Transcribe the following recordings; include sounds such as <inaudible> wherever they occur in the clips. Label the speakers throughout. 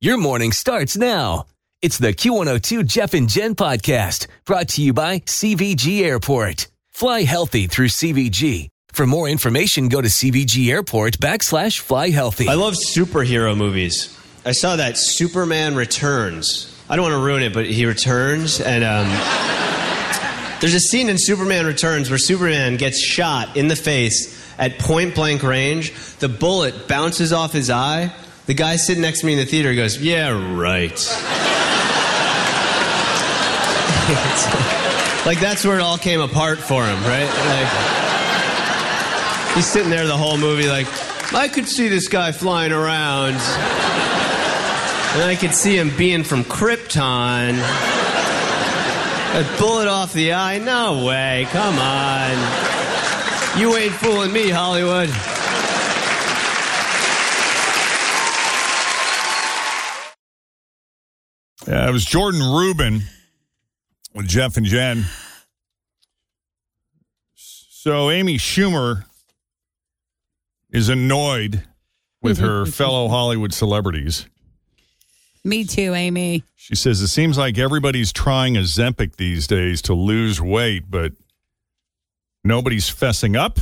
Speaker 1: Your morning starts now. It's the Q102 Jeff and Jen podcast brought to you by CVG Airport. Fly healthy through CVG. For more information, go to CVG Airport backslash fly healthy.
Speaker 2: I love superhero movies. I saw that Superman Returns. I don't want to ruin it, but he returns, and um, there's a scene in Superman Returns where Superman gets shot in the face at point blank range. The bullet bounces off his eye. The guy sitting next to me in the theater goes, "Yeah, right." <laughs> It's- like that's where it all came apart for him, right? Like, He's sitting there the whole movie, like, I could see this guy flying around. And I could see him being from Krypton. A bullet off the eye? No way, come on. You ain't fooling me, Hollywood.
Speaker 3: Yeah, it was Jordan Rubin with Jeff and Jen. So Amy Schumer is annoyed with
Speaker 4: <laughs>
Speaker 3: her fellow Hollywood celebrities.
Speaker 4: Me too, Amy.
Speaker 3: She says it seems like everybody's trying Ozempic these days to lose weight, but nobody's fessing up.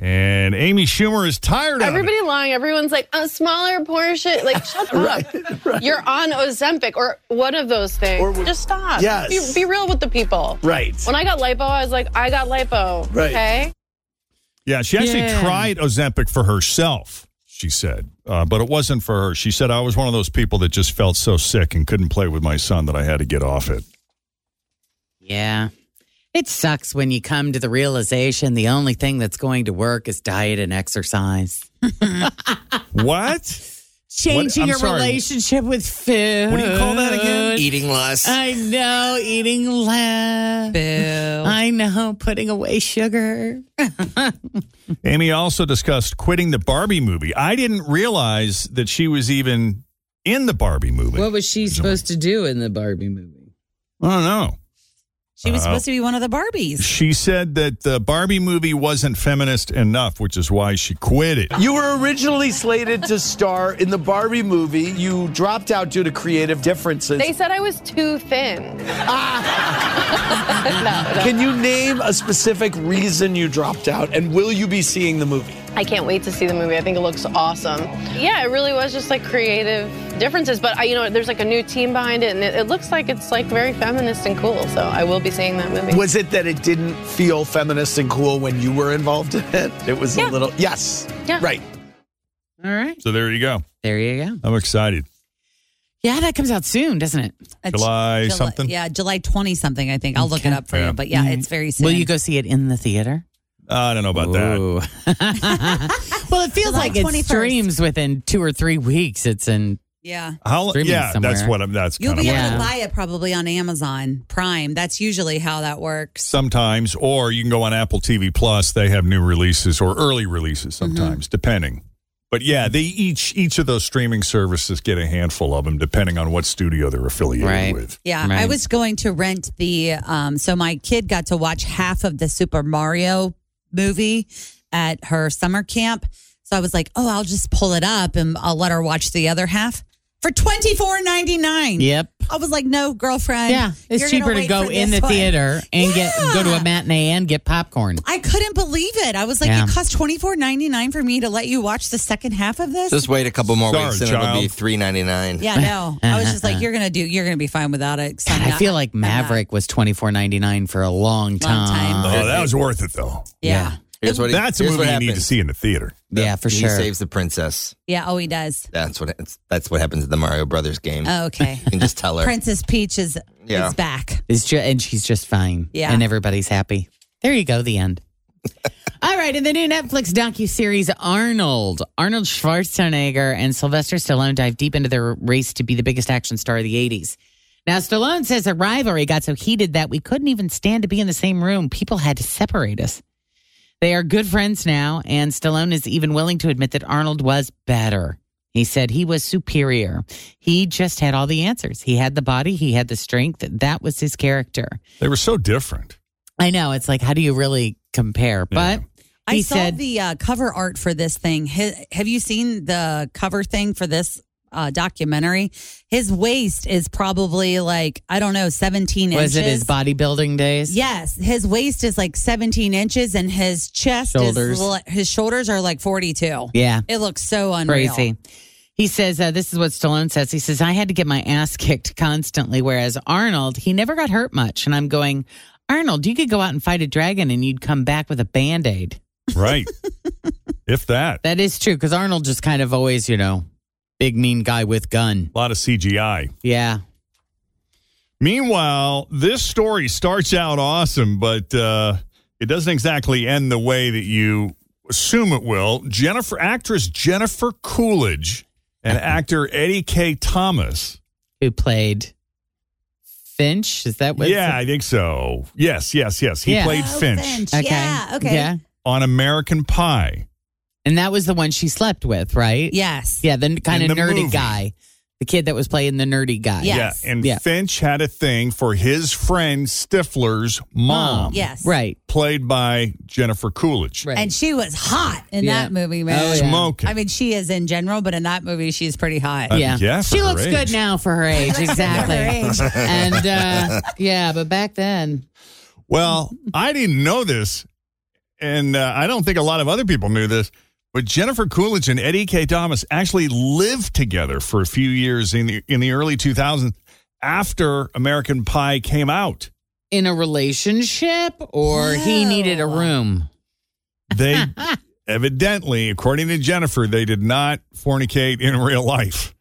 Speaker 3: And Amy Schumer is tired of it.
Speaker 5: Everybody lying. Everyone's like a smaller portion.
Speaker 6: <laughs>
Speaker 5: Like shut up. You're on Ozempic or one of those things.
Speaker 6: Or w-
Speaker 5: Just stop.
Speaker 6: Yes.
Speaker 5: Be, be real with the people.
Speaker 6: Right.
Speaker 5: When I got lipo, I was like, I got lipo.
Speaker 6: Right.
Speaker 5: Okay.
Speaker 3: Yeah, she actually
Speaker 4: Yeah.
Speaker 3: tried Ozempic for herself, she said, uh, but it wasn't for her. She said, I was one of those people that just felt so sick and couldn't play with my son that I had to get off it.
Speaker 4: Yeah. It sucks when you come to the realization the only thing that's going to work is diet and exercise.
Speaker 3: <laughs> What?
Speaker 4: Changing
Speaker 3: I'm
Speaker 4: your
Speaker 3: sorry.
Speaker 4: relationship with food.
Speaker 3: What do you call that again?
Speaker 1: Eating less.
Speaker 4: I know, eating less. I know, putting away sugar.
Speaker 3: Amy also discussed quitting the Barbie movie. I didn't realize that she was even in the Barbie movie.
Speaker 7: What was she supposed to do in the Barbie movie?
Speaker 3: I don't know. Uh,
Speaker 4: She was supposed to be one of the Barbies.
Speaker 3: She said that the Barbie movie wasn't feminist enough, which is why she quit it.
Speaker 6: You were originally slated to star in the Barbie movie. You dropped out due to creative differences.
Speaker 5: They said I was
Speaker 6: <laughs>
Speaker 5: too thin.
Speaker 6: Can you name a specific reason you dropped out, and will you be seeing the movie?
Speaker 5: I can't wait to see the movie. I think it looks awesome. Yeah, it really was just like creative differences. But I, you know, there's like a new team behind it, and it, it looks like it's like very feminist and cool. So I will be seeing that movie.
Speaker 6: Was it that it didn't feel feminist and cool when you were involved in it? It was a
Speaker 5: Yeah.
Speaker 6: little yes,
Speaker 5: Yeah.
Speaker 6: right.
Speaker 4: All right.
Speaker 3: So there you go.
Speaker 4: There you go.
Speaker 3: I'm excited.
Speaker 4: Yeah, that comes out soon, doesn't it?
Speaker 3: July something?
Speaker 8: Yeah, July 20 something, I think. I'll look it up for
Speaker 3: Yeah.
Speaker 8: you. But yeah, it's very soon.
Speaker 4: Will you go see it in the theater?
Speaker 3: I don't know about that.
Speaker 4: <laughs> well, it feels
Speaker 8: July
Speaker 4: like it
Speaker 8: 21st.
Speaker 4: streams within two or three weeks. It's in
Speaker 8: Yeah.
Speaker 3: How,
Speaker 4: Streaming
Speaker 3: yeah, that's
Speaker 4: somewhere.
Speaker 3: what I'm. That's
Speaker 8: You'll
Speaker 3: kind of
Speaker 8: be
Speaker 3: what
Speaker 4: Yeah.
Speaker 8: able to buy it probably on Amazon Prime. That's usually how that works.
Speaker 3: sometimes, or you can go on Apple TV Plus. They have new releases or early releases
Speaker 8: Mm-hmm.
Speaker 3: sometimes, depending. But yeah, they each each of those streaming services get a handful of them, depending on what studio they're affiliated
Speaker 4: Right.
Speaker 3: with.
Speaker 8: Yeah, I
Speaker 4: Right.
Speaker 8: was going to rent the. Um, so my kid got to watch half of the Super Mario movie at her summer camp. So I was like, oh, I'll just pull it up and I'll let her watch the other half for twenty four ninety nine.
Speaker 4: Yep.
Speaker 8: I was like, no, girlfriend.
Speaker 4: Yeah, it's
Speaker 8: you're gonna
Speaker 4: cheaper to
Speaker 8: wait
Speaker 4: go
Speaker 8: for
Speaker 4: in
Speaker 8: this
Speaker 4: the
Speaker 8: one.
Speaker 4: theater and get go to
Speaker 8: Yeah.
Speaker 4: a matinee and get popcorn.
Speaker 8: I couldn't believe it. I was like,
Speaker 4: Yeah.
Speaker 8: it cost twenty four ninety nine for me to let you watch the second half of this.
Speaker 9: Just wait a couple more
Speaker 3: Sorry,
Speaker 9: weeks and it'll be
Speaker 3: child.
Speaker 9: three ninety nine.
Speaker 8: yeah, no. I was just like, you're gonna do. You're gonna be fine without it. 'cause I'm
Speaker 4: I
Speaker 8: not-
Speaker 4: feel like
Speaker 8: I'm not.
Speaker 4: Maverick was twenty four ninety nine for a long time.
Speaker 8: Long time.
Speaker 3: Oh, that was worth it though.
Speaker 8: Yeah.
Speaker 9: Uh-huh. Here's what he,
Speaker 3: That's a
Speaker 9: here's
Speaker 3: movie
Speaker 9: what
Speaker 3: you need to
Speaker 9: happens.
Speaker 3: see in the theater.
Speaker 4: Yeah, for
Speaker 9: he
Speaker 4: sure.
Speaker 9: saves the princess.
Speaker 8: yeah. Oh, he does.
Speaker 9: That's what it's, that's what happens at the Mario Brothers game.
Speaker 4: <laughs>
Speaker 8: Oh, okay.
Speaker 9: You can just
Speaker 8: <laughs>
Speaker 9: tell her.
Speaker 8: Princess Peach is
Speaker 9: Yeah.
Speaker 2: Oh.
Speaker 8: is back.
Speaker 4: It's ju- and she's just fine.
Speaker 8: Yeah.
Speaker 4: And everybody's happy. There you go, the end. All right, in the new Netflix docuseries Arnold, Arnold Schwarzenegger and Sylvester Stallone dive deep into their race to be the biggest action star of the 80s. Now, Stallone says the rivalry got so heated that we couldn't even stand to be in the same room. People had to separate us. They are good friends now, and Stallone is even willing to admit that Arnold was better. He said he was superior. He just had all the answers. He had the body, he had the strength. That was his character.
Speaker 3: They were so different.
Speaker 4: I know. It's like, how do you really compare?
Speaker 3: Yeah.
Speaker 4: But
Speaker 8: I
Speaker 4: he
Speaker 8: saw
Speaker 4: said,
Speaker 8: the uh, cover art for this thing. His, have you seen the cover thing for this uh, documentary? His waist is probably like I don't know, seventeen
Speaker 4: was
Speaker 8: inches.
Speaker 4: it his bodybuilding days?
Speaker 8: Yes, his waist is like 17 inches, and his chest
Speaker 4: Shoulders.
Speaker 8: is li- his shoulders are like 42.
Speaker 4: Yeah.
Speaker 8: It looks so unreal.
Speaker 4: Crazy. He says, uh, this is what Stallone says. He says, I had to get my ass kicked constantly, whereas Arnold, he never got hurt much. And I'm going, Arnold, you could go out and fight a dragon and you'd come back with a band aid.
Speaker 9: <laughs>
Speaker 3: Right. if that.
Speaker 4: That is true because Arnold just kind of always, you know, big mean guy with gun.
Speaker 3: A lot of CGI.
Speaker 4: Yeah.
Speaker 3: Meanwhile, this story starts out awesome, but uh, it doesn't exactly end the way that you assume it will. Jennifer, actress Jennifer Coolidge,
Speaker 4: <laughs>
Speaker 3: and actor Eddie K. Thomas.
Speaker 4: Who played Finch? Is that what?
Speaker 3: yeah, I think so. Yes, yes, yes. He
Speaker 4: Yeah.
Speaker 3: played
Speaker 8: Oh,
Speaker 3: Finch,
Speaker 4: Okay.
Speaker 8: Yeah. Okay.
Speaker 4: Yeah.
Speaker 3: on American Pie.
Speaker 4: And that was the one she slept with, right?
Speaker 8: Yes.
Speaker 4: Yeah, the kind
Speaker 3: In
Speaker 4: of
Speaker 3: the
Speaker 4: nerdy
Speaker 3: movie.
Speaker 4: guy. The kid that was playing the nerdy guy.
Speaker 8: Yeah.
Speaker 3: Yeah,
Speaker 8: Yes.
Speaker 3: and
Speaker 4: Yeah.
Speaker 3: Finch had a thing for his friend Stifler's mom,
Speaker 8: Yes.
Speaker 4: Right.
Speaker 3: played by Jennifer Coolidge.
Speaker 4: Right.
Speaker 8: And she was hot in
Speaker 4: Yeah.
Speaker 8: that movie, man.
Speaker 4: Oh, yeah.
Speaker 3: Smoking.
Speaker 8: I mean, she is in general, but in that movie, she's pretty hot.
Speaker 3: Uh,
Speaker 4: yeah.
Speaker 3: yeah, for
Speaker 4: she
Speaker 3: her
Speaker 4: looks
Speaker 3: age.
Speaker 4: good now for her
Speaker 8: <laughs>
Speaker 4: age. Exactly.
Speaker 8: age.
Speaker 4: and uh, yeah, but back then,
Speaker 3: Well, I didn't know this, and uh, I don't think a lot of other people knew this, but Jennifer Coolidge and Eddie K. Thomas actually lived together for a few years in the in the early 2000s after American Pie came out.
Speaker 4: in a relationship, or he needed a room.
Speaker 3: They evidently, according to Jennifer, they did not fornicate in real life.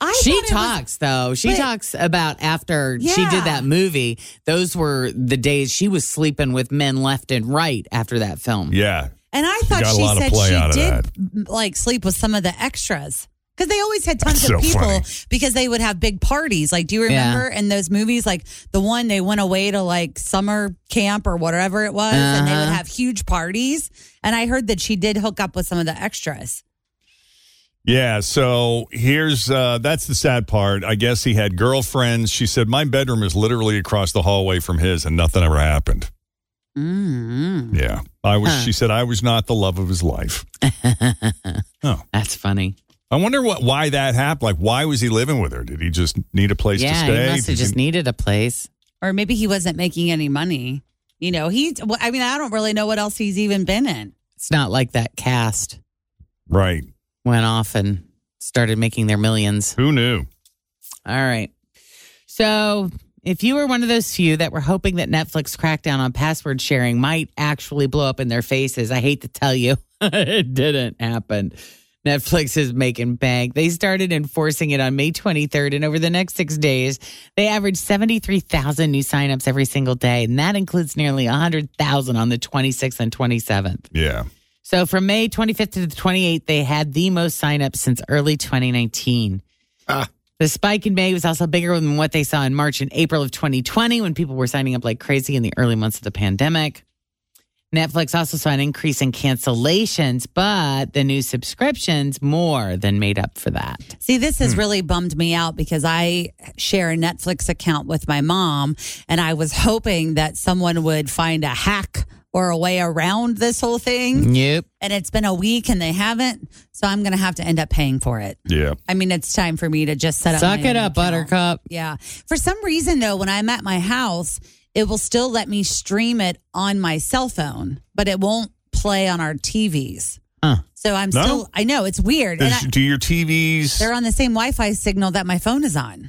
Speaker 8: I
Speaker 4: she
Speaker 8: thought it was-
Speaker 4: talks though. She
Speaker 8: but-
Speaker 4: talks about after she
Speaker 8: Yeah.
Speaker 4: did that movie. Those were the days she was sleeping with men left and right after that film.
Speaker 3: Yeah.
Speaker 8: and I thought
Speaker 3: got a
Speaker 8: she
Speaker 3: lot of
Speaker 8: said
Speaker 3: play out of
Speaker 8: she
Speaker 3: that.
Speaker 8: did like sleep with some of the extras. Because they always had tons
Speaker 3: That's
Speaker 8: of
Speaker 3: so
Speaker 8: people
Speaker 3: funny.
Speaker 8: because they would have big parties. Like, do you remember in those movies? Like the one they went away to like summer camp or whatever it was, and they would
Speaker 4: Uh-huh.
Speaker 8: have huge parties. And I heard that she did hook up with some of the extras.
Speaker 3: Yeah, so here's uh that's the sad part. I guess he had girlfriends. She said my bedroom is literally across the hallway from his and nothing ever happened.
Speaker 4: mm
Speaker 3: Yeah. I was
Speaker 4: Huh.
Speaker 3: she said I was not the love of his life. Oh.
Speaker 4: That's funny.
Speaker 3: I wonder what why that happened. Like why was he living with her? Did he just need a place to
Speaker 4: yeah,
Speaker 3: stay?
Speaker 4: he must have
Speaker 3: Did
Speaker 4: just
Speaker 3: he-
Speaker 4: needed a place.
Speaker 8: Or maybe he wasn't making any money. You know, he. well, I mean, I don't really know what else he's even been in.
Speaker 4: It's not like that cast
Speaker 3: Right.
Speaker 4: went off and started making their millions.
Speaker 3: Who knew?
Speaker 4: All right. So, if you were one of those few that were hoping that Netflix crackdown on password sharing might actually blow up in their faces, I hate to tell you, <laughs> it didn't happen. Netflix is making bank. They started enforcing it on May 23rd, and over the next six days, they averaged 73,000 new signups every single day, and that includes nearly 100,000 on the 26th and 27th.
Speaker 3: Yeah.
Speaker 4: So from May 25th to the 28th, they had the most signups since early 2019.
Speaker 3: Ah.
Speaker 4: The spike in May was also bigger than what they saw in March and April of 2020 when people were signing up like crazy in the early months of the pandemic. Netflix also saw an increase in cancellations, but the new subscriptions more than made up for that.
Speaker 8: See, this
Speaker 4: Hmm.
Speaker 8: has really bummed me out because I share a Netflix account with my mom, and I was hoping that someone would find a hack or a way around this whole thing.
Speaker 4: Yep.
Speaker 8: And it's been a week and they haven't. So I'm going to have to end up paying for it.
Speaker 3: Yeah.
Speaker 8: I mean, it's time for me to just set up.
Speaker 4: Suck
Speaker 8: my
Speaker 4: it
Speaker 8: own
Speaker 4: up,
Speaker 8: account.
Speaker 4: Buttercup.
Speaker 8: Yeah. For some reason, though, when I'm at my house, it will still let me stream it on my cell phone, but it won't play on our TVs.
Speaker 4: Huh.
Speaker 8: So I'm
Speaker 3: No?
Speaker 8: still, I know it's weird. And
Speaker 3: Does-
Speaker 8: I,
Speaker 3: do your TVs
Speaker 8: they're on the same Wi Fi signal that my phone is on.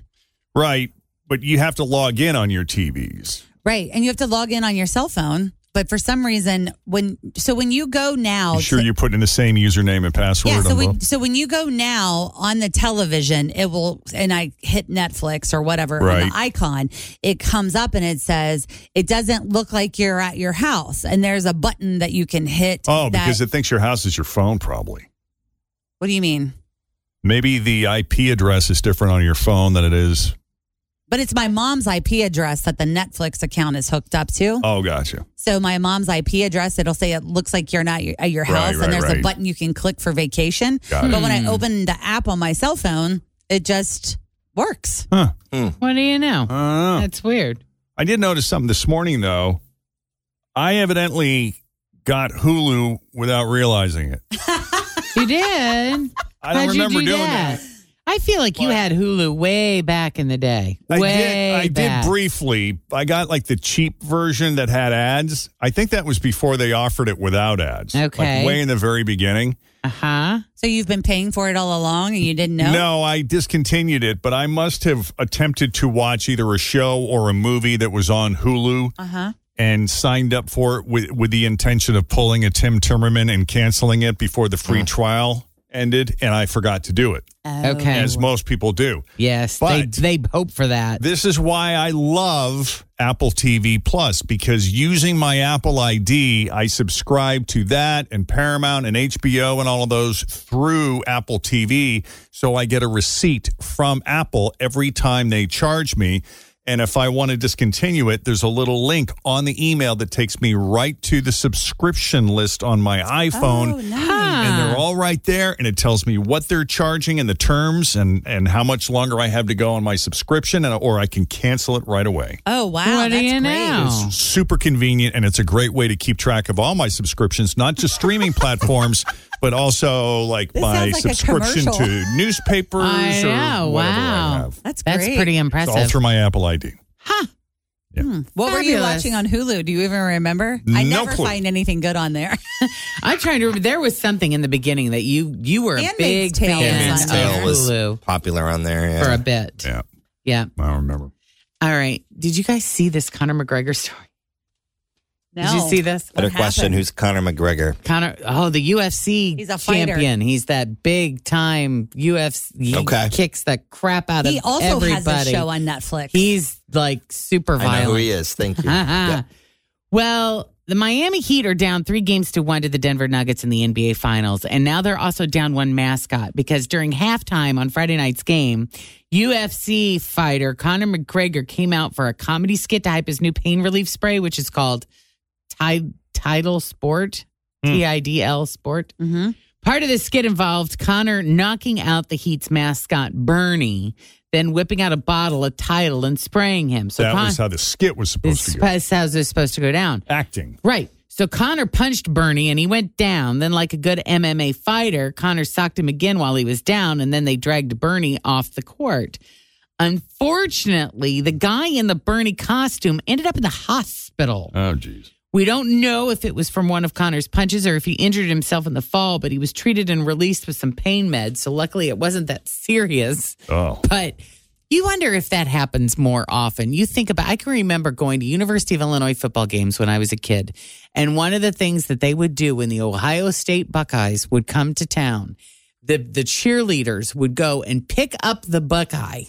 Speaker 3: right? But you have to log in on your TVs.
Speaker 8: Right. And you have to log in on your cell phone. But for some reason, when, so when you go now,
Speaker 4: Oh,
Speaker 3: You sure
Speaker 8: to-
Speaker 3: you're putting in the same username and password
Speaker 8: yeah, so
Speaker 3: on
Speaker 8: when,
Speaker 3: both?
Speaker 8: so when you go now on the television, it will, and I hit Netflix or whatever on
Speaker 3: Right.
Speaker 8: the icon, it comes up and it says, it doesn't look like you're at your house. And there's a button that you can hit.
Speaker 3: Oh,
Speaker 8: that-
Speaker 3: because it thinks your house is your phone, probably.
Speaker 8: what do you mean?
Speaker 3: Maybe the IP address is different on your phone than it is.
Speaker 8: But it's my mom's IP address that the Netflix account is hooked up to.
Speaker 3: Oh, gotcha.
Speaker 8: So my mom's IP address, it'll say it looks like you're not at your
Speaker 3: Right,
Speaker 8: house,
Speaker 3: right,
Speaker 8: and there's a
Speaker 3: right.
Speaker 8: button you can click for vacation.
Speaker 3: Got it. Hmm.
Speaker 8: But when I open the app on my cell phone, it just works.
Speaker 3: Huh.
Speaker 4: What do you
Speaker 3: I
Speaker 4: know?
Speaker 3: don't know.
Speaker 4: That's weird.
Speaker 3: I did notice something this morning, though. I evidently got Hulu without realizing it.
Speaker 4: You did.
Speaker 3: I don't
Speaker 4: How'd
Speaker 3: remember
Speaker 4: you do
Speaker 3: doing
Speaker 4: that? I feel like you had Hulu way back in the day.
Speaker 3: I
Speaker 4: way
Speaker 3: did. I
Speaker 4: back.
Speaker 3: did briefly. I got like the cheap version that had ads. I think that was before they offered it without ads. Like,
Speaker 4: Okay.
Speaker 3: way in the very beginning.
Speaker 4: Uh huh.
Speaker 8: So you've been paying for it all along, and you didn't know.
Speaker 3: I discontinued it, but I must have attempted to watch either a show or a movie that was on Hulu
Speaker 8: Uh huh.
Speaker 3: and signed up for it with, with the intention of pulling a Tim Timmerman and canceling it before the free trial ended, and I forgot to do it,
Speaker 8: Oh.
Speaker 4: Okay.
Speaker 3: as most people do.
Speaker 4: Yes.
Speaker 3: But-
Speaker 4: they they hope for that.
Speaker 3: This is why I love Apple TV Plus because using my Apple ID, I subscribe to that and Paramount and HBO and all of those through Apple TV. So I get a receipt from Apple every time they charge me. And if I want to discontinue it, there's a little link on the email that takes me right to the subscription list on my iPhone.
Speaker 8: Oh, nice.
Speaker 3: And they're all right there, and it tells me what they're charging and the terms and and how much longer I have to go on my subscription, and or I can cancel it right away.
Speaker 8: Oh wow,
Speaker 4: What do
Speaker 8: that's
Speaker 4: you
Speaker 8: great.
Speaker 4: know? Oh.
Speaker 3: It's super convenient, and it's a great way to keep track of all my subscriptions, not just streaming
Speaker 4: <laughs>
Speaker 3: platforms, but also like
Speaker 8: This
Speaker 3: my
Speaker 8: sounds like a
Speaker 3: subscription
Speaker 4: <laughs>
Speaker 8: commercial.
Speaker 3: to newspapers.
Speaker 4: I know,
Speaker 3: Or whatever
Speaker 4: wow.
Speaker 3: I have.
Speaker 8: That's great.
Speaker 4: That's pretty
Speaker 3: It's
Speaker 4: impressive.
Speaker 3: all through my Apple ID.
Speaker 8: What were you
Speaker 4: Fabulous.
Speaker 8: watching on Hulu? Do you even remember? I
Speaker 3: No
Speaker 8: never
Speaker 3: clue.
Speaker 8: find anything good on there. <laughs>
Speaker 4: I'm trying to. remember. There was something in the beginning that you you were a
Speaker 8: Handmaid's
Speaker 4: big
Speaker 8: Tale
Speaker 4: fan
Speaker 8: Handmaid's
Speaker 4: of
Speaker 9: Tale was
Speaker 4: Hulu
Speaker 9: Popular on there. Yeah.
Speaker 4: for a bit.
Speaker 3: Yeah,
Speaker 4: Yeah.
Speaker 3: I don't remember.
Speaker 4: All right. Did you guys see this Conor McGregor story?
Speaker 8: No.
Speaker 4: Did you see this?
Speaker 9: Better
Speaker 8: What
Speaker 9: question:
Speaker 8: happened?
Speaker 9: Who's Conor McGregor?
Speaker 4: Conor, oh, the UFC
Speaker 8: He's a fighter.
Speaker 4: champion. He's that big time UFC. He
Speaker 9: Okay.
Speaker 4: kicks the crap out
Speaker 8: He
Speaker 4: of
Speaker 8: also
Speaker 4: everybody.
Speaker 8: has a show on Netflix.
Speaker 4: He's like super violent.
Speaker 9: I know who he is. Thank
Speaker 8: <laughs>
Speaker 9: you.
Speaker 4: <laughs>
Speaker 9: Yeah.
Speaker 4: Well, the Miami Heat are down three games to one to the Denver Nuggets in the NBA Finals. And now they're also down one mascot because during halftime on Friday night's game, UFC fighter Conor McGregor came out for a comedy skit to hype his new pain relief spray, which is called Ti- Tidal Sport,
Speaker 3: Hmm.
Speaker 4: T I D L Sport.
Speaker 8: hmm
Speaker 4: Part of the skit involved Connor knocking out the Heat's mascot, Bernie, then whipping out a bottle of Tidal and spraying him. So
Speaker 3: that
Speaker 4: Con-
Speaker 3: was how the skit was supposed to go.
Speaker 4: that's how it's supposed to go down.
Speaker 3: Acting.
Speaker 4: Right. So Connor punched Bernie and he went down. Then, like a good MMA fighter, Connor socked him again while he was down, and then they dragged Bernie off the court. Unfortunately, the guy in the Bernie costume ended up in the hospital.
Speaker 3: Oh, geez.
Speaker 4: We don't know if it was from one of Connor's punches or if he injured himself in the fall, but he was treated and released with some pain meds. So luckily it wasn't that serious.
Speaker 3: Oh.
Speaker 4: But you wonder if that happens more often. You think about I can remember going to University of Illinois football games when I was a kid. And one of the things that they would do when the Ohio State Buckeyes would come to town, the the cheerleaders would go and pick up the Buckeye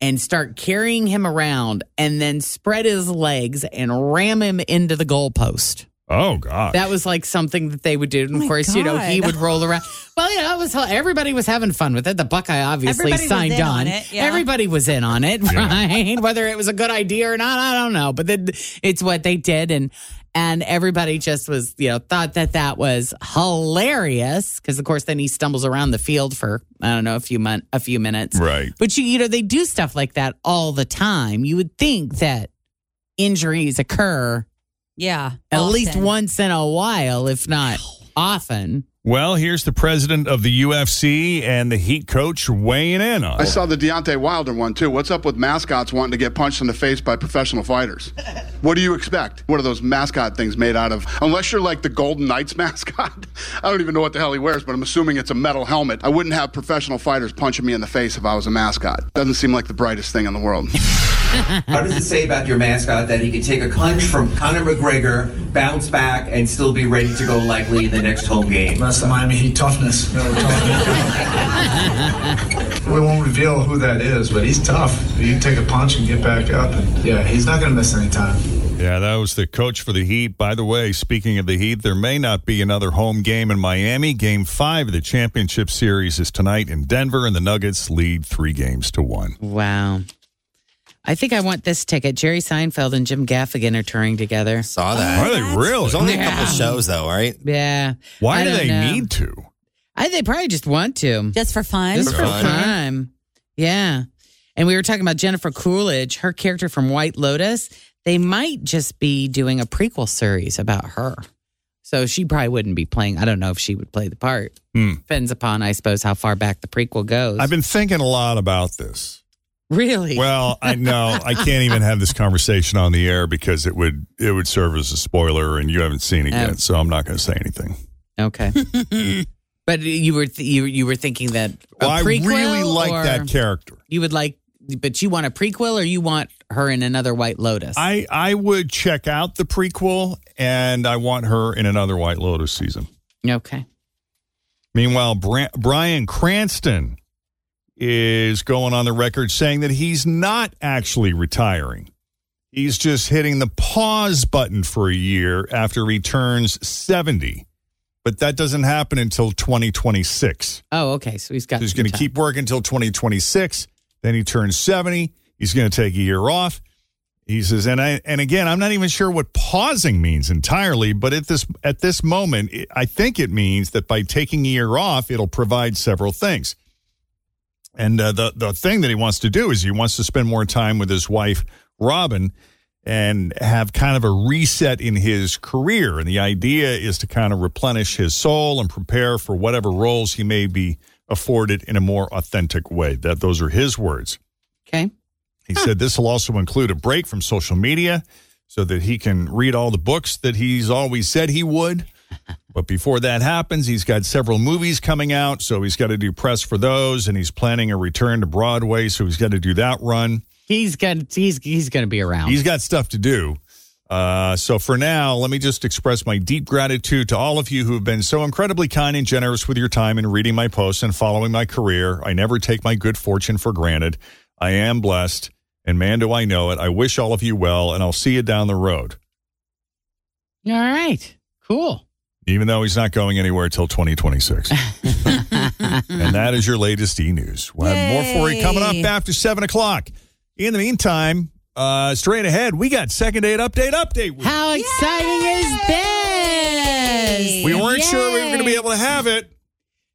Speaker 4: and start carrying him around and then spread his legs and ram him into the goalpost.
Speaker 3: Oh, God.
Speaker 4: That was like something that they would do. And
Speaker 8: Oh
Speaker 4: of
Speaker 8: my
Speaker 4: course, you know, he
Speaker 8: God.
Speaker 4: would roll around. Well, yeah, that was everybody was having fun with it. The Buckeye obviously
Speaker 8: Everybody was
Speaker 4: signed
Speaker 8: in
Speaker 4: on.
Speaker 8: on it, yeah.
Speaker 4: Everybody was in on it, right? <laughs> Whether it was a good idea or not, I don't know. But then it's what they did and and everybody just was, you know, thought that that was hilarious because of course then he stumbles around the field for I don't know, a few mon- a few minutes.
Speaker 3: right.
Speaker 4: But you, you know, they do stuff like that all the time. You would think that injuries occur
Speaker 8: Yeah.
Speaker 4: At least once in a while, if not often.
Speaker 3: Well, here's the president of the UFC and the Heat coach weighing in on
Speaker 10: I
Speaker 3: it.
Speaker 10: saw the Deontay Wilder one too. What's up with mascots wanting to get punched in the face by professional fighters? What do you expect? What are those mascot things made out of? Unless you're like the Golden Knights <laughs> mascot. I don't even know what the hell he wears, but I'm assuming it's a metal helmet. I wouldn't have professional fighters punching me in the face if I was a mascot. Doesn't seem like the brightest thing in the world. <laughs>
Speaker 11: How does it say about your mascot that he can take a punch from Conor McGregor, bounce back, and still be ready to go likely in the next home game?
Speaker 12: That's the Miami
Speaker 11: <laughs>
Speaker 12: Heat toughness. that we're talking about. we won't reveal who that is, but he's tough. You can take a punch and get back up. And yeah, he's not going to miss any time.
Speaker 3: Yeah, that was the coach for the Heat. By the way, speaking of the Heat, there may not be another home game in Miami. Game five of the championship series is tonight in Denver, and the Nuggets lead three games to one.
Speaker 4: Wow. I think I want this ticket. Jerry Seinfeld and Jim Gaffigan are touring together.
Speaker 9: Saw that.
Speaker 3: Are they really?
Speaker 9: There's only a
Speaker 4: Yeah.
Speaker 9: couple shows though, right?
Speaker 4: Yeah.
Speaker 9: Why
Speaker 4: I
Speaker 9: do
Speaker 4: don't
Speaker 9: they
Speaker 4: know.
Speaker 9: need
Speaker 3: to?
Speaker 4: I, they probably just want to.
Speaker 8: Just for fun.
Speaker 4: Just for fun. Yeah. And we were talking about Jennifer Coolidge, her character from White Lotus. They might just be doing a prequel series about her. So she probably wouldn't be playing. I don't know if she would play the part.
Speaker 3: Hmm.
Speaker 4: Depends upon, I suppose, how far back the prequel goes.
Speaker 3: I've been thinking a lot about this.
Speaker 4: Really?
Speaker 3: Well, I know I can't even have this conversation on the air because it would it would serve as a spoiler, and you haven't seen it
Speaker 4: Oh.
Speaker 3: yet, so I'm not going to say anything.
Speaker 4: Okay. <laughs> but you were th- you you were thinking that a
Speaker 3: Well, I
Speaker 4: prequel
Speaker 3: really like
Speaker 4: or-
Speaker 3: that character.
Speaker 4: You would like, but you want a prequel or you want her in another White Lotus?
Speaker 3: I I would check out the prequel, and I want her in another White Lotus season.
Speaker 4: okay.
Speaker 3: Meanwhile, Bra- Brian Cranston is going on the record saying that he's not actually retiring. He's just hitting the pause button for a year after he turns 70. But that doesn't happen until 2026.
Speaker 4: Oh, okay. So he's got.
Speaker 3: He's
Speaker 4: some
Speaker 3: going to
Speaker 4: time.
Speaker 3: keep working until 2026. Then he turns 70. He's going to take a year off. He says, and I and again, I'm not even sure what pausing means entirely, but at this at this moment, it, I think it means that by taking a year off, it'll provide several things. And uh, the the thing that he wants to do is he wants to spend more time with his wife Robin and have kind of a reset in his career. And the idea is to kind of replenish his soul and prepare for whatever roles he may be afforded in a more authentic way. That those are his words.
Speaker 4: Okay.
Speaker 3: He said this will also include a break from social media so that he can read all the books that he's always said he would. But before that happens, he's got several movies coming out, so he's got to do press for those, and he's planning a return to Broadway, so he's got to do that run.
Speaker 4: He's gonna he's he's gonna be around.
Speaker 3: He's got stuff to do. Uh, so for now, let me just express my deep gratitude to all of you who have been so incredibly kind and generous with your time in reading my posts and following my career. I never take my good fortune for granted. I am blessed, and man, do I know it. I wish all of you well, and I'll see you down the road.
Speaker 4: All right. Cool.
Speaker 3: Even though he's not going anywhere till 2026. and that is your latest e news. We'll have more for you coming up
Speaker 13: Yay.
Speaker 3: after 7 o'clock. In the meantime, uh, straight ahead, we got second date update update. week.
Speaker 4: How exciting is this?
Speaker 3: We weren't sure we were going to be able to have it.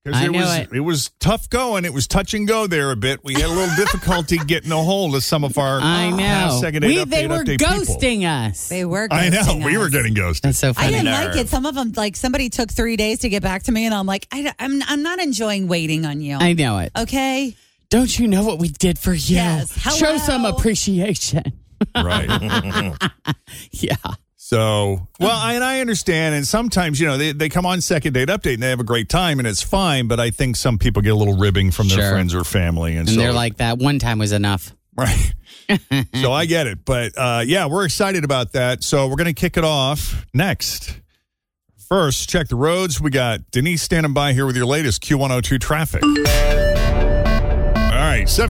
Speaker 3: 'cause
Speaker 4: I
Speaker 3: it
Speaker 4: know
Speaker 3: was
Speaker 4: it.
Speaker 3: was tough going. It was touch and go there a bit. We had a little difficulty
Speaker 4: <laughs>
Speaker 3: getting a hold of some of our
Speaker 4: I know.
Speaker 3: second date
Speaker 4: We-
Speaker 3: update
Speaker 4: they were
Speaker 3: update
Speaker 4: ghosting
Speaker 3: people.
Speaker 4: us.
Speaker 8: They were
Speaker 3: I know
Speaker 8: ghosting
Speaker 3: we were
Speaker 8: us.
Speaker 3: getting ghosted. That's so
Speaker 8: I didn't like it. Some of them, like somebody took three days to get back to me, and I'm like, I, am I'm not enjoying waiting on you.
Speaker 4: I know it.
Speaker 8: Okay.
Speaker 4: Don't you know what we did for you?
Speaker 8: Yes.
Speaker 4: Show some appreciation.
Speaker 3: Right.
Speaker 4: <laughs> yeah.
Speaker 3: So well, I, and I understand. And sometimes you know they, they come on second date update and they have a great time and it's fine. But I think some people get a little ribbing from their
Speaker 4: Sure.
Speaker 3: friends or family, and,
Speaker 4: And
Speaker 3: so
Speaker 4: they're like that one time was enough.
Speaker 3: Right. so I get it. But uh, yeah, we're excited about that. So we're going to kick it off next. First, check the roads. We got Denise standing by here with your latest Q102 traffic. All right. Seven.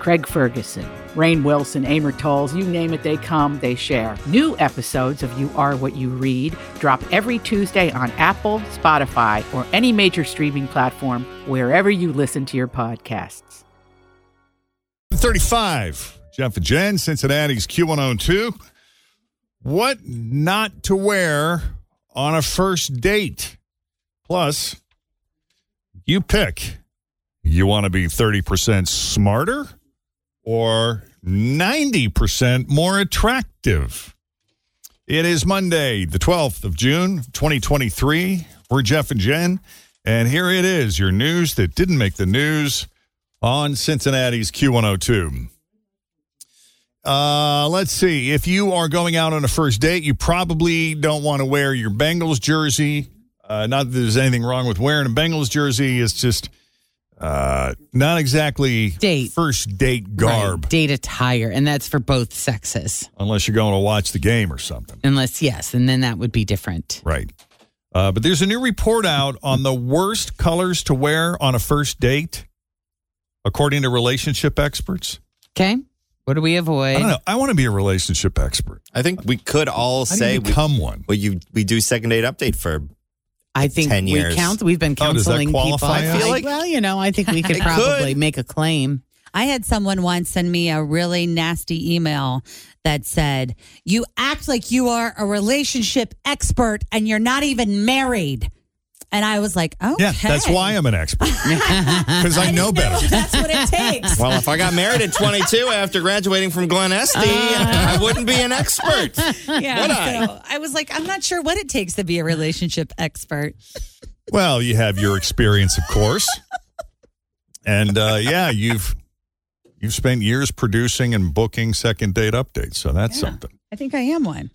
Speaker 14: Craig Ferguson, Rain Wilson, Amor Tolls, you name it, they come, they share. New episodes of You Are What You Read drop every Tuesday on Apple, Spotify, or any major streaming platform wherever you listen to your podcasts.
Speaker 3: 35. Jeff and Jen, Cincinnati's Q102. What not to wear on a first date? Plus, you pick. You want to be 30% smarter or 90% more attractive? It is Monday, the 12th of June, 2023. We're Jeff and Jen, and here it is your news that didn't make the news on Cincinnati's Q102. Uh, let's see. If you are going out on a first date, you probably don't want to wear your Bengals jersey. Uh, not that there's anything wrong with wearing a Bengals jersey. It's just uh, not exactly date. first date garb.
Speaker 4: Date attire, and that's for both sexes.
Speaker 3: Unless you're going to watch the game or something.
Speaker 4: Unless, yes, and then that would be different.
Speaker 3: Right. Uh, but there's a new report out on the worst colors to wear on a first date, according to relationship experts.
Speaker 4: Okay. What do we
Speaker 3: I
Speaker 4: avoid?
Speaker 9: Uh,
Speaker 3: don't know. I want to be a relationship expert.
Speaker 9: I think we could all
Speaker 3: How do you
Speaker 9: say
Speaker 3: become
Speaker 9: we,
Speaker 3: one?
Speaker 9: Well, you we do second date update for.
Speaker 4: I think
Speaker 9: 10
Speaker 4: we
Speaker 9: years.
Speaker 4: count. We've been
Speaker 9: Oh, does that
Speaker 4: counseling people.
Speaker 9: qualify us? I feel like-
Speaker 4: well, you know, I
Speaker 9: <laughs>
Speaker 4: think we could probably make a claim.
Speaker 8: I had someone once send me a really nasty email that said, You act like you are a relationship expert and you're not even married. And I was like, Okay.
Speaker 3: Yeah, that's why I'm
Speaker 9: <laughs>
Speaker 3: an expert because I know better.
Speaker 8: That's what
Speaker 3: <laughs>
Speaker 8: it takes.
Speaker 9: Well, if I got married at 22 after graduating from Glen Estee, I wouldn't be an expert.
Speaker 8: yeah,
Speaker 9: Would I?
Speaker 8: so I was like, I'm not sure what it takes to be a relationship expert.
Speaker 3: Well, you have your experience, of course, and uh, yeah, you've you've spent years producing and booking second date updates, so that's something.
Speaker 8: I think I am one.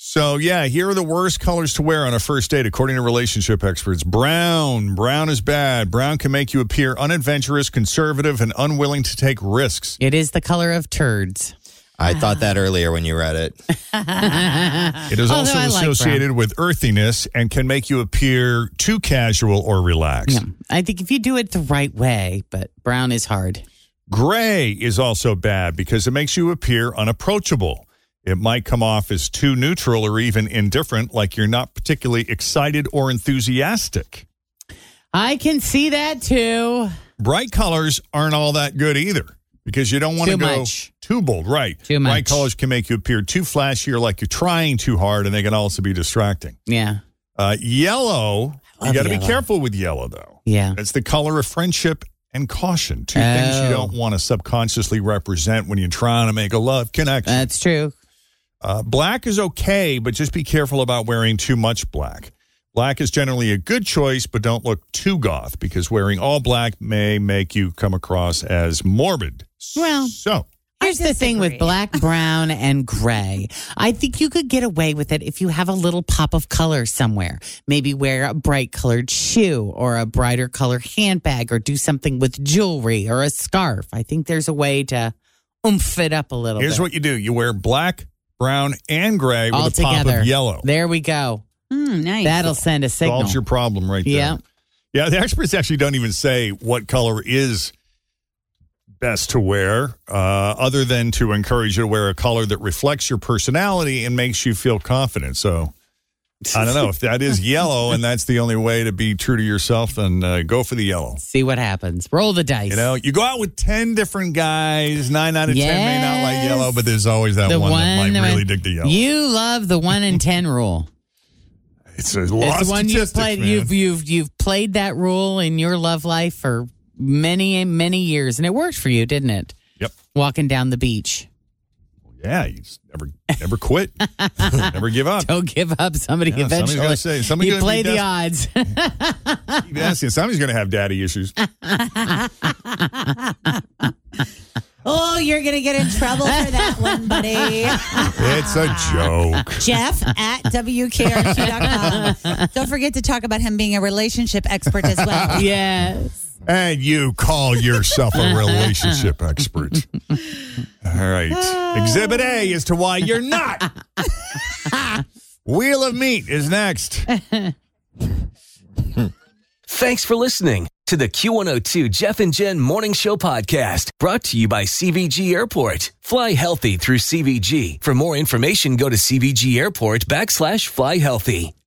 Speaker 3: So, yeah, here are the worst colors to wear on a first date, according to relationship experts. Brown. Brown is bad. Brown can make you appear unadventurous, conservative, and unwilling to take risks.
Speaker 4: It is the color of turds.
Speaker 9: I thought that earlier when you read it.
Speaker 3: It is
Speaker 4: Ah. Although
Speaker 3: also
Speaker 4: I like brown.
Speaker 3: associated with earthiness and can make you appear too casual or relaxed.
Speaker 4: Yeah. I think if you do it the right way, but brown is hard.
Speaker 3: Gray is also bad because it makes you appear unapproachable. It might come off as too neutral or even indifferent, like you're not particularly excited or enthusiastic.
Speaker 4: I can see that too.
Speaker 3: bright colors aren't all that good either because you don't want to
Speaker 4: Too
Speaker 3: go
Speaker 4: much.
Speaker 3: too bold, right?
Speaker 4: Too
Speaker 3: Bright
Speaker 4: much.
Speaker 3: colors can make you appear too flashy or like you're trying too hard, and they can also be distracting.
Speaker 4: Yeah.
Speaker 3: Uh, yellow, you
Speaker 4: love
Speaker 3: got to be
Speaker 4: yellow.
Speaker 3: careful with yellow though.
Speaker 4: Yeah.
Speaker 3: It's the color of friendship and caution. Two things you
Speaker 4: Oh.
Speaker 3: don't want to subconsciously represent when you're trying to make a love connection.
Speaker 4: That's true.
Speaker 3: Uh, black is okay, but just be careful about wearing too much black. Black is generally a good choice, but don't look too goth because wearing all black may make you come across as morbid.
Speaker 4: Well,
Speaker 3: So,
Speaker 4: Here's the thing with
Speaker 8: <laughs>
Speaker 4: black, brown, and gray. I think you could get away with it if you have a little pop of color somewhere. Maybe wear a bright colored shoe or a brighter color handbag or do something with jewelry or a scarf. I think there's a way to oomph it up a little
Speaker 3: here's
Speaker 4: bit.
Speaker 3: what you do you wear black, brown, and gray with
Speaker 4: All
Speaker 3: a pop
Speaker 4: together.
Speaker 3: of yellow.
Speaker 4: There we go.
Speaker 8: Hmm, nice.
Speaker 4: That'll send a signal.
Speaker 3: Solves your problem right there.
Speaker 4: Yeah.
Speaker 3: Yeah, the experts actually don't even say what color is best to wear, uh, other than to encourage you to wear a color that reflects your personality and makes you feel confident. So I don't know if that
Speaker 4: <laughs>
Speaker 3: is yellow and that's the only way to be true to yourself, then uh, go for the yellow.
Speaker 4: See what happens. Roll the dice.
Speaker 3: You know, you go out with 10 different guys, nine out of 10 may not like yellow,
Speaker 4: Yes.
Speaker 3: but there's always that
Speaker 4: The
Speaker 3: one, that
Speaker 4: one
Speaker 3: might
Speaker 4: that-
Speaker 3: really dig the yellow.
Speaker 4: You love the one
Speaker 3: <laughs>
Speaker 4: in ten rule.
Speaker 3: it's a lot
Speaker 4: it's
Speaker 3: of
Speaker 4: one you've
Speaker 3: statistics,
Speaker 4: played.
Speaker 3: man.
Speaker 4: You've you've you've played that rule in your love life for many many years, and it worked for you, didn't it?
Speaker 3: Yep.
Speaker 4: Walking down the beach,
Speaker 3: Yeah, you just never, never
Speaker 4: <laughs>
Speaker 3: quit, never give up.
Speaker 4: don't <laughs> give up. Somebody
Speaker 3: Yeah, somebody's
Speaker 4: eventually.
Speaker 3: gotta say- somebody's
Speaker 4: you
Speaker 3: gonna
Speaker 4: play
Speaker 3: be
Speaker 4: the odds.
Speaker 3: <laughs> Keep asking. Somebody's going to have daddy issues.
Speaker 8: Oh, you're going to get in trouble for that <laughs> one, buddy.
Speaker 3: It's a joke.
Speaker 8: Jeff at WKRQ.com. Don't forget to talk about him being a relationship expert as well.
Speaker 4: yes.
Speaker 3: And you call yourself a relationship expert. All right. Exhibit A as to why you're not. Wheel of Meat is next.
Speaker 1: Thanks for listening to the Q102 Jeff and Jen Morning Show Podcast, brought to you by CVG Airport. Fly healthy through CVG. For more information, go to CVG Airport backslash fly healthy.